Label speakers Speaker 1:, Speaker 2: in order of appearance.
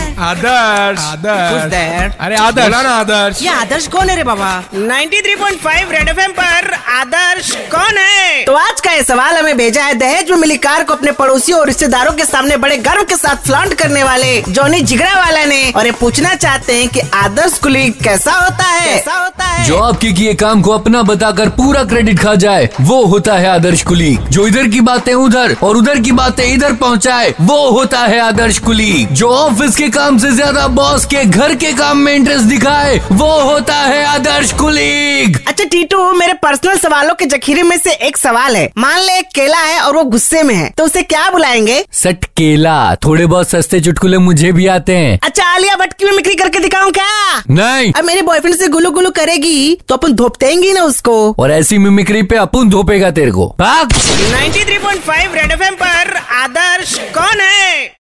Speaker 1: Adarsh
Speaker 2: Who's there?
Speaker 1: अरे आदर्श बोला ना आदर्श
Speaker 2: ये आदर्श कौन है रे बाबा
Speaker 3: 93.5 रेड एफएम पर आदर्श कौन है
Speaker 2: तो आज का ये सवाल हमें भेजा है दहेज में मिली कार को अपने पड़ोसियों और रिश्तेदारों के सामने बड़े गर्व के साथ फ्लॉन्ट करने वाले जॉनी जिगरा वाला ने और ये पूछना चाहते हैं कि आदर्श कुली कैसा होता है कैसा होता है
Speaker 4: जो आपके किए काम को अपना बताकर पूरा क्रेडिट खा जाए वो होता है आदर्श कुलीग जो इधर की बातें उधर और उधर की बातें इधर पहुंचाए वो होता है आदर्श कुलीग जो ऑफिस के काम से ज्यादा बॉस के घर के काम में इंटरेस्ट दिखाए वो होता है आदर्श कुलीग
Speaker 2: अच्छा टीटू मेरे पर्सनल सवालों के जखीरे में से एक सवाल है मान ले एक केला है और वो गुस्से में है तो उसे क्या बुलाएंगे
Speaker 4: सट केला थोड़े बहुत सस्ते चुटकुले मुझे भी आते हैं
Speaker 2: अच्छा आलिया भट्ट की मिमिक्री करके दिखाऊं क्या
Speaker 4: नहीं
Speaker 2: अब मेरे बॉयफ्रेंड से गुलू गुलू करेगी तो अपन धोपतेंगे ना उसको
Speaker 4: और ऐसी मिमिक्री पे अपुन धोपेगा तेरे को भाग
Speaker 3: 93.5 रेड एफएम पर आदर्श कौन है